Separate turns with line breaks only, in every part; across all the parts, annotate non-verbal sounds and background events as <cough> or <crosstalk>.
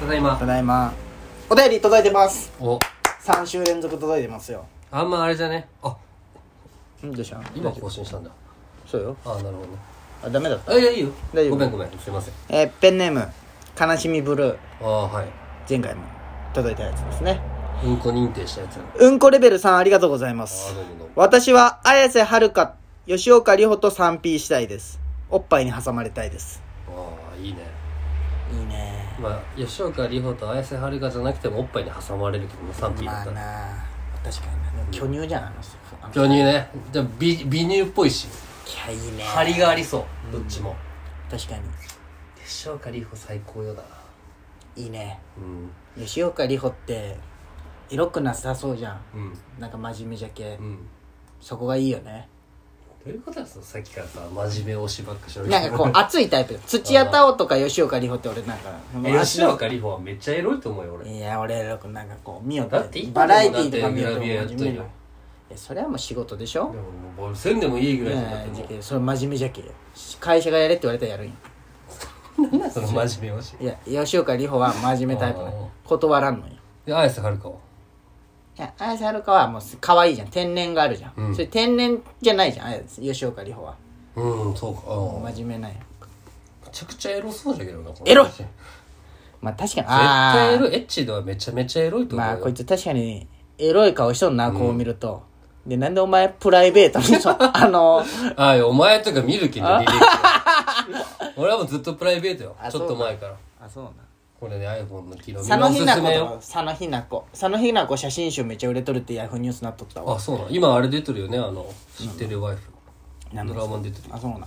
ただいま
ただいまお便り届いてます
お
3週連続届いてますよ
あんまあれじゃねあ
うんどうした
今更新したんだ
そうよ
あなるほどね
あダメだっ
あ
た
いやいいよ
大丈夫
ごめんごめんすいません
えーペンネーム悲しみブルー
ああはい
前回も届いたやつですね
うんこ認定したやつやな
うんこレベル3ありがとうございま
あ
す
どうもどうも
私は綾瀬はるか吉岡里帆と 3P したいですおっぱいに挟まれたいです
ああいいね
いいね
まあ吉岡里帆と綾瀬はるかじゃなくてもおっぱいに挟まれるけども 3P だ
ま
っ
あ
たら
な確かにな巨乳じゃんあの人あの人
巨乳ねでも美美乳っぽいし
いやいいね
張りがありそうどっちも
確か
吉岡里帆最高よだな
にいいね
うん
吉岡里帆ってエロくなさそうじゃん
うん
なんか真面目じゃけ
うん
そこがいいよね
どういうことだそのさっきからさ真面目推しばっかしろ
なんかこう熱いタイプ土屋太鳳とか吉岡里帆って俺なんか
え吉岡里帆はめっちゃエロいと思うよ俺
いや俺エロくなんかこう見よっ
だって
て
今でも
バラエティーとか見
だっ
よっ
グ
て
ラビアやってとるよ
真面目ないやそれはもう仕事でしょ
でももうせんでもいいぐ
い
らいじゃ
や
ないく
や
て
じゃ
も
けそれ真面目じゃけ会社がやれって言われたらやるんよ
うなんだその真面目推し
いや吉岡里帆は真面目タイプなんよ
あー
断らんのよ
で綾瀬はるかはい
や綾瀬はるかはもう可愛いじゃん天然があるじゃん、
うん
それ天然じゃないじゃん綾瀬吉岡里帆は
うんそうかあ
真面目なんよ
あめちゃくちゃエロそうだけどなこの人
エロいまあ確かに
絶対エ
あ
ロいエッチではめちゃめちゃエロいと思
あ
うよ
まあこいつ確かにエロい顔しとんなこう見ると、でなんでお前プライベートにそ <laughs> あの
ああお前とか見るけど履歴を <laughs> 俺はもうずっとプライベートよ
あ
ちょっと前から
あそうな
これね iPhone の機能
佐野
み
ひ
んなおすす
な子
め
とか
よ
佐野ひな子佐野ひな子写真集めっちゃ売れとるってヤフーニュースなっとったわ
あそうなの今あれ出てるよねあの知ってるワイフ
なん
ド
だ
ラマに出てる
あそうな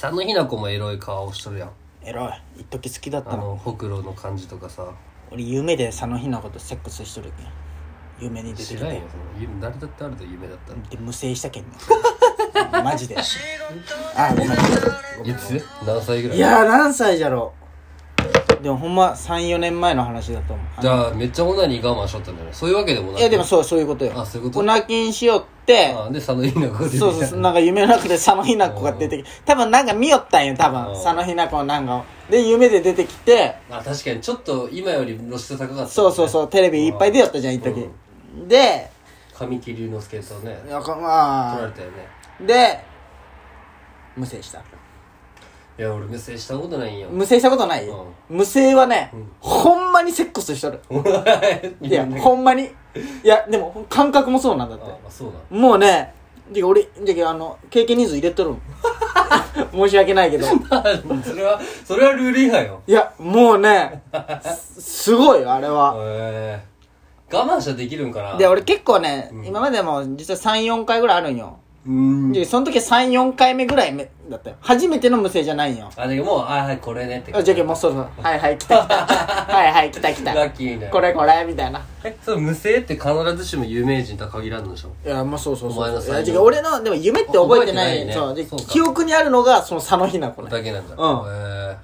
佐野ひな子もエロい顔しとるやん
エロい一時好きだっ
あ
たの
のほくろの感じとかさ
俺夢で佐野ひな子とセックスしとるけん夢に出て
知
き
らん
て
よその夢誰だってあると夢だったら
で無声したけんね <laughs> マ <laughs> ジであごめん
いつ何歳ぐらい
いやー何歳じゃろうでもほんま34年前の話だと思う
じゃあめっちゃオナニー我慢しとったんだよねそういうわけでもない
いやでもそうそういうことよ
あそういうこと
オナキンしよって
あで佐野ひな子出てきた
そうそうそうなんか夢の中で佐野ひな子が出てきて多分なんか見よったんよ多分
うん
佐野ひな子のなんかをで夢で出てきて
あ確かにちょっと今より露出高かった、ね、
そうそうそうテレビいっぱい出よったじゃん一時で
神木隆之介とね
なんか
撮ら
ま
れたよね
あで無声した
いや俺無制したことないんよ
無声したことない
うん
無声はね
うん
ほんまにセックスしとるいや
ね
ほんまにいやでも感覚もそうなんだっ
あ
て
まあそうなの
もうね、じゃあ俺、じゃああの、経験人数入れと
<laughs>
るもん。申し訳ないけど。い
<laughs> それはそれはルール違反よ
や、もうね、すすごいよ、あれは。
へえ我慢したらできるんかな
で、俺結構ね、
ん
今までも実は3、4回ぐらいあるんよ。
うーん
で、その時3、4回目ぐらいめだったよ。初めての無声じゃないんよ。
あでもうあはいこれねって
あじゃあもうそろそろ、はいはい、来た来 <laughs> た。はいはい、来た来
ラ
た。
ッキーね
これこれ、みたいな。
えその無制って必ずしも有名人とは限らんのでしょ
いや、まあそうそう
お前の
そう。
3
いや、じゃあ俺の、でも夢って覚えてな
覚えてない
い。
ね
そう。で
そうか
記憶にあるのが、その佐野ひな子ね。
だけなんだ
うん
へ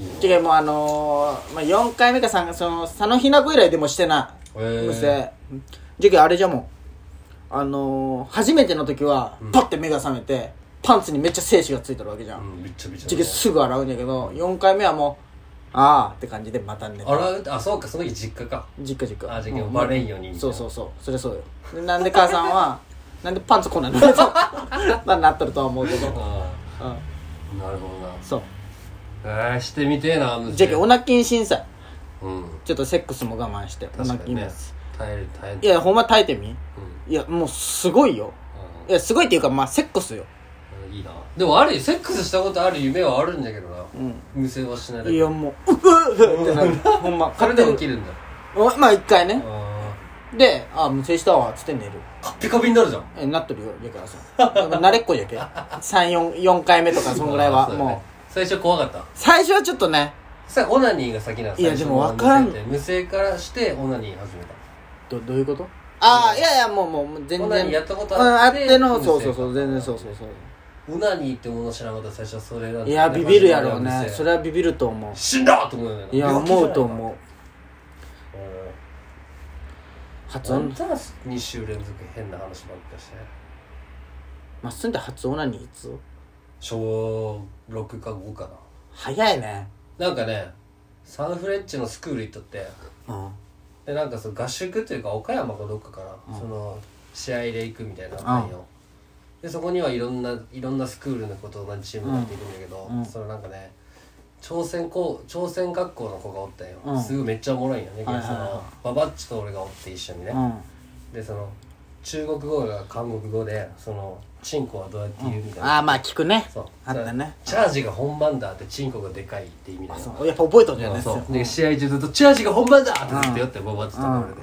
えいいね
違うもうあのー、まあ、4回目か3その佐野ひな子以来でもしてない
へえ
無声じゃけあれじゃもうあのー、初めての時はパッて目が覚めて、パンツにめっちゃ精子がついてるわけじゃ、
うんんびっちょびちょ
じゃけすぐ洗うんだけど4回目はもうああって感じでまた寝た
洗うあそうかその時実家か
じっくじっく
あじゃけ
うん
バレんようにみたいな
そうそうそうそれそうよでなんで母さんは <laughs> なんでパンツこんなんなっと <laughs> まあなっとるとは思うけど、うん、
ああなるほどな
そう
えー、してみてえな無制
じゃけオナキン審査
うん
ちょっとセックスも我慢してオ
確か
ナキ
に
ン
ね
も
耐える耐える
いや、ほんま耐えてみ
うん
いや、もうすごいよ。いや、すごいっていうか、まあ、セックスよ。
うんいいなでもあるセックスしたことある夢はあるんだけどな、
ん
無制はしないだ
い
け
や、もう、うっうっって <laughs> なる。ほんま、
それで起
き
きるんだ
まあ、一回ね。
あ
で、あ、無制したわ、つって寝る。
ーカッピカピになるじゃん
え、なっとるよ、やからさ。慣れっこじゃけ。3、4、四回目とか、そのぐらいは。
あーそうだね
もう、
最初怖かった
最初はちょっとね、
さオナニーが先なの
いや
最初
でも
の
わからん
無制って無制からしてオナニー始めた
ど、どういうことああ、いやいや、もう、もうもう、全
オナニー
然。
やったこと
うんあ
あっ
ってての、
無制
そう
か
そうそう、全然そうそうそう。
オナニーってもの知らなかった最初はそれなんだ
いや、ビビるやろう
無
ね。
制
それはビビると思う。
死んだと思うよね
いや、思うと思う。
うん
発
あん
音、
た2週連続変な話ばっかして
まっすんで初オナニーいつ
小6か5か
早いね。
ななんかねサンフレッチェのスクール行っとって
うん
でなんかその合宿というか岡山かどっかから、その試合で行くみたいなのあったんよ、でそこにはいろんないろんなスクールの子と同じチームになっていくんだけど、
うん
そのなんかね朝鮮高朝鮮学校の子がおったんよ、
うん
すごいめっちゃおもろいんよね、
はいはいはい
そのババッチと俺がおって一緒にね、
うん
でその中国語が韓国語でそのチンコはどうやって言うみたいな、
ああまあ聞くね
そう
あったね
チャージが本番だってチンコがでかいって意味だよ
そうやっぱ覚えとんだよね
そう
う
で試合中ずっと「チラシが本番だ!」ってずっと言ってボバッとしたところで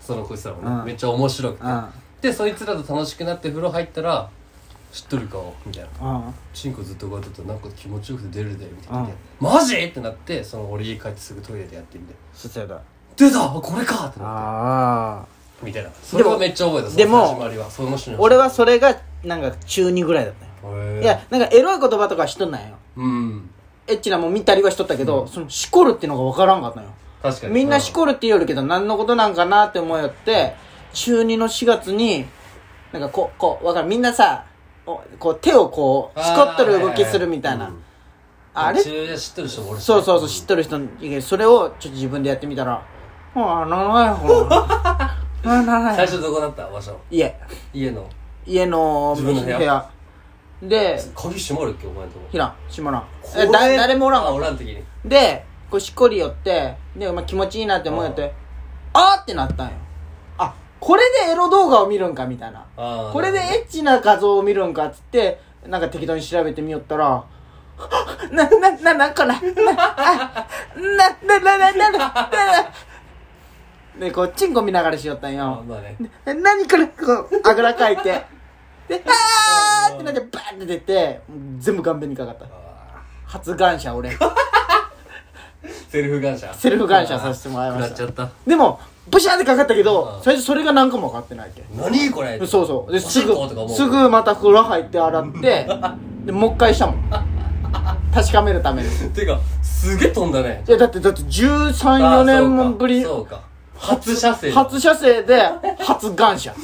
そのこいつらもね、
うん
めっちゃ面白くて、
うん
でそいつらと楽しくなって風呂入ったら「知っとるか?」みたいな
うん
「チンコずっとこうやってたらなんか気持ちよくて出るで」みたいな、
うん
マジ?」ってなってその俺家帰ってすぐトイレでやってみて
そうやだ
「出たこれか!」ってなって
ああ
みたいなそれはめっちゃ覚えたその
でも
始まりはその人に
俺はそれがなんか中2ぐらいだったよ
へえ
いやなんかエロい言葉とかはしとんないよ
うん
エッチなもん見たりはしとったけど、そのしこるっていうのが分からんかったよ
確かに
みんなし
う
こるって言うよるけど何のことなんかなって思いよって中2の4月になんかこうこうわかるみんなさおこう手をこうしこっとる動きするみたいな、
うん
あれ
中で知ってる人も俺
そうそうそう知っとる人にそれをちょっと自分でやってみたら「ああならないほ
<laughs>
らならない
最初どこだった場所
家
家の
家の
自分の部屋
で
鍵閉まるっけお前のとこ
ひらんしまらん
こ
え
れ
だ誰もおらん
あ
わ
おらん時に
でこうしっこり寄ってで、まあ、気持ちいいなって思うよってあーってなったんよあこれでエロ動画を見るんかみたいな
あー
これで
なる
エッチな画像を見るんかっつってなんか適当に調べてみよったら <laughs> な、な、な、な、これ、な、あな、な、な、な、な、な、な、で、こう、チンコ見ながらしよったん
ほどあ
よ。
まあね
え何これ、こう、あぐらかいて。で、あーってなって、バーンって出て、全部顔面にかかった。
あ
発願者、俺。
ーセルフ感謝
セルフ感謝させてもらいました
なっちゃった
でも、ブシャーってかかったけ
う
ど
ん、
最初それが何個もかかってないわけ。
何これ
そうそう。で、
お
す
しっ
ぐ
ことか、思う
すぐまた風呂入って
<laughs>
洗って、で、もう一回したもん。確かめるために。い
てかすげえ飛んだね
や、だって、だって13、
あーそ
4
う
年
か
もぶり、
そうか初射精
初射精で、初願者。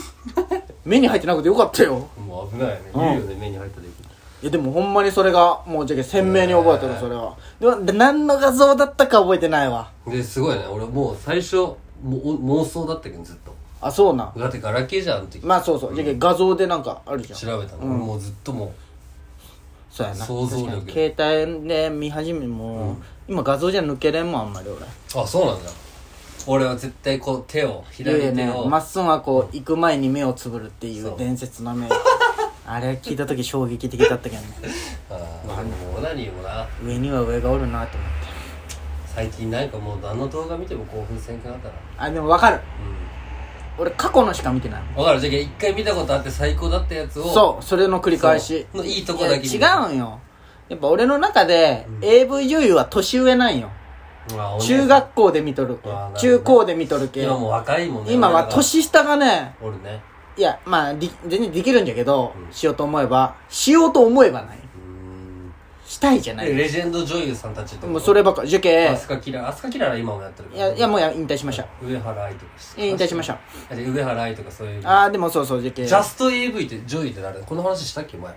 目に入ってなくてよかったよ。
もう危ないよね言うよね目に入ったで
いや、でもほんまにそれが、もうじゃけ鮮明に覚えてる、それは。でも、で何の画像だったか覚えてないわ。
ですごいね俺もう最初もう妄想だったけどずっと
あ、そうな。
だってガラケーじゃんあの時
まあそうそう。じゃけ画像でなんかあるじゃん。
調べたのもうずっとも
そうやな
想像力
確かに携帯で見始めも、今画像じゃ抜けれんもんあんまり俺
うあそうなんだ俺は絶対こう手を
いや
左
い
手
やね
を
まっすんはこう行く前に目をつぶるってい
そうう
伝
<laughs>
説の目あれ聞いた時衝撃的だったけどね
あーでもオナニーもな
上には上がおるなと思って
最近なんかもうあの動画見ても興奮せんくなったな
あでも分かる
う
俺過去のしか見てないもん
んわかるじゃあ一回見たことあって最高だったやつを
そうそれの繰り返し
そうのいいとこだけ見る
いや違うんよやっぱ俺の中で、AV 女優は年上なんよ
うわお姉さ
中
ん
学校で見とる
うわなるほど
中高で見とるけ
今もう若いもんね
今は年下がね
俺らがおるね
いや、まあ、でき全然できるんじゃけど、しようと思えば、しようと思えばな
うー
い。
ん
したいじゃない。
レジェンド女優さんたちってこと
もうそればっか、受験
ア、スカキラーアスカキラーは今もやってるか
い
ら
や、いや、もうや引退しました。
上原愛とか
え引退しました。
た上原愛とかそういう
あー、でもそうそう、受験。
ジャスト AV って女優って誰この話したっけ前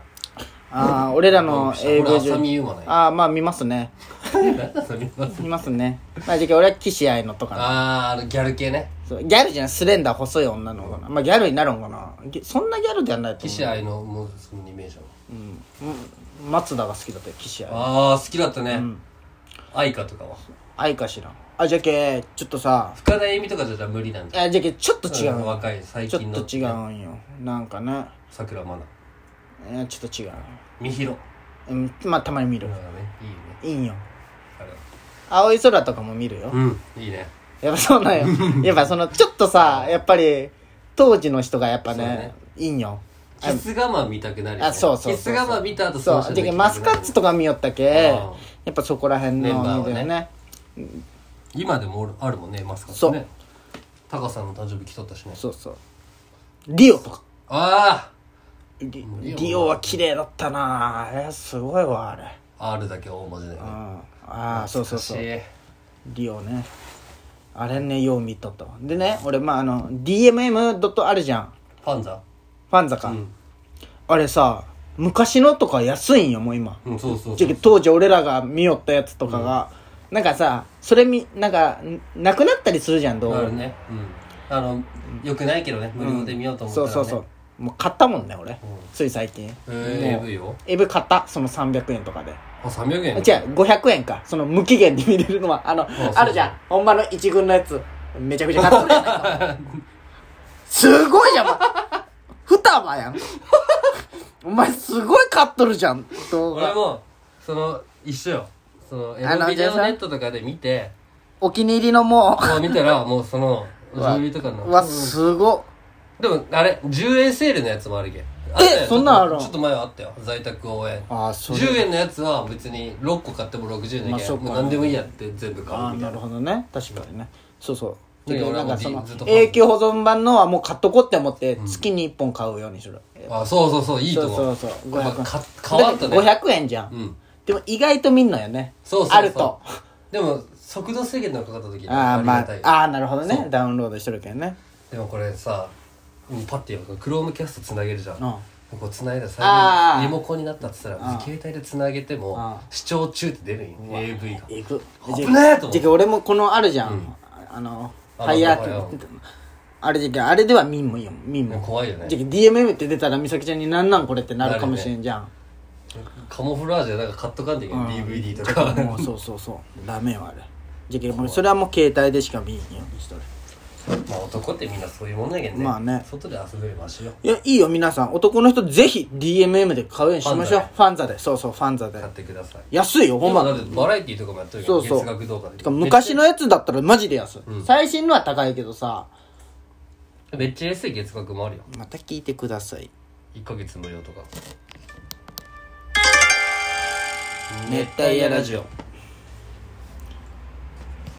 あー、俺らの英
俺
語
浅見ゆうまない
あー、まあ見ますね。
何 <laughs> だそれ
見ますね。まあ、受験、俺は岸愛のとか
あ
な。
ーあのギャル系ね
そうギャルじゃない、スレンダー細い女の子かな。まあ、ギャルになるんかな。ぎそんなギャルではないと思
岸愛のもうそのイメージ
う。うん。うん松田が好きだったよ、岸愛。
ああー好きだったね愛花とかは
愛かしら。あ、じゃけ、ちょっとさ、
深田恵美とかじゃ無理なん
い
だ
や、じゃけ、ちょっと違う。
うん若い最
ちょ
近の
っと違うんよなんかね
さくらまな
いやちょっと違う
みひろ
うんまあたまに見る
うんねいいよね
いいんよ
あれは
青い空とかも見るよ
うんいいね
やっぱそうなんよ
<laughs>
やっぱそのちょっとさやっぱり当時の人がやっぱ
そう
ね
ね
いいんよ
キス我慢見たくなるよね
あそうそうそう
キス我慢見た後
そ
し
う
て
でマスカッツとか見よったけ
うん
やっぱそこら辺の
メンバーはね
見るよ
今でもおるあるもんねマスカッ
そ
ツ
う
ねタカさんの誕生日来とったしね
そうそうリオとか
あ
リ
リオ
リオは綺麗だったなあれすごいわあれ
あ R だけ大文字でね
うんああそうそうそう
懐かしい
リオねあれねよう見とったわでね俺まああの DMM. あるじゃん
ファンザ
ファンザか、あれさ昔のとか安いんよもう今
うんそうそう
じ
そ
ゃけ
う
当時俺らが見よったやつとかが、なんかさそれみなんかんなくなったりするじゃん動
な
画、
るねうんあのよくないけどね無料で見ようと思ったら、
そう
ね、
そうそうもう買ったもんね俺、つい最近
え
も
ー、
う
AV を
エブ買ったその300円とかで
あ300円
違う500円かその無期限で見れるのはあの
そう
あるじゃんほんまの一軍のやつめちゃくちゃ買ったやないか <laughs> すごいじゃん、ま、双葉やんお前すごい買っとるじゃん動
俺
画
もその一緒よそのエ
あの
ロビデオ
じゃあさ
ネットとかで見て
お気に入りのも
こう見たらもうその
う <laughs> わ
女優とかの
ううわすごっ
でもあれ10円セールのやつもあるけんあったよ
そんなんあるん
ちょっと前はあったよ在宅応援
ああそれ
10円のやつは別に6個買っても60円だ
まあ
け
そ
ん
っか
もう何でもいいやって全部買
あ
う
あ
みた
ないる
な
ほどね確かにねそうそう
ね
でなんか
俺
そ
も
の
ずっと買う
永久保存版のはもう買っとこうって思って月に1本買うようにする、
あそうそうそういいと思う
そうそうそう
やっ
500
ぱか変わったね
だって500円じゃん、
うん
でも意外と見んのよね
そうそうそう
あると
でも速度制限のかかった時に
ああ
り
ま
が
あ
たいよ
ああなるほどねダウンロードしてるけどね
でもこれさもうパッてよクロームキャストつなげるじゃん、
うん
こうつないだ最
あー
近リモコンになったっつったら携帯でつなげても
う
視聴中って出るんよ AV が
いく
危ねえと思って
じゃけ俺もこのあるじゃん、あの
あ
ハイヤ
まあまあ
ーあれじゃけあれでは見んもんよ見んもん
怖いよね
じゃけ DMM って出たら美咲ちゃんになんなんこれってなるかもしれんじゃん、
カモフラージュなんか買っとかんといけない、DVD と
も
か
うそうそうそうダメよあれじゃけもうそれはもう携帯でしか見んようにしとる
<laughs> まあ男ってみんなそういうもんだけどね,、
まあね
外で遊ぶよりマシよ
いやいいよ皆さん男の人ぜひ DMM で買うようにしましょうファンザでそうそうファンザで
買ってください
安いよほん
今
ま
だってバラエティーとかもやっとるけ
そ
ど
うそう
月額動画で
てか昔のやつだったらマジで安い、
うん
最新のは高いけどさ
めっちゃ安い月額もあるよ
また聞いてください
1ヶ月無料とか
熱帯夜ラジオ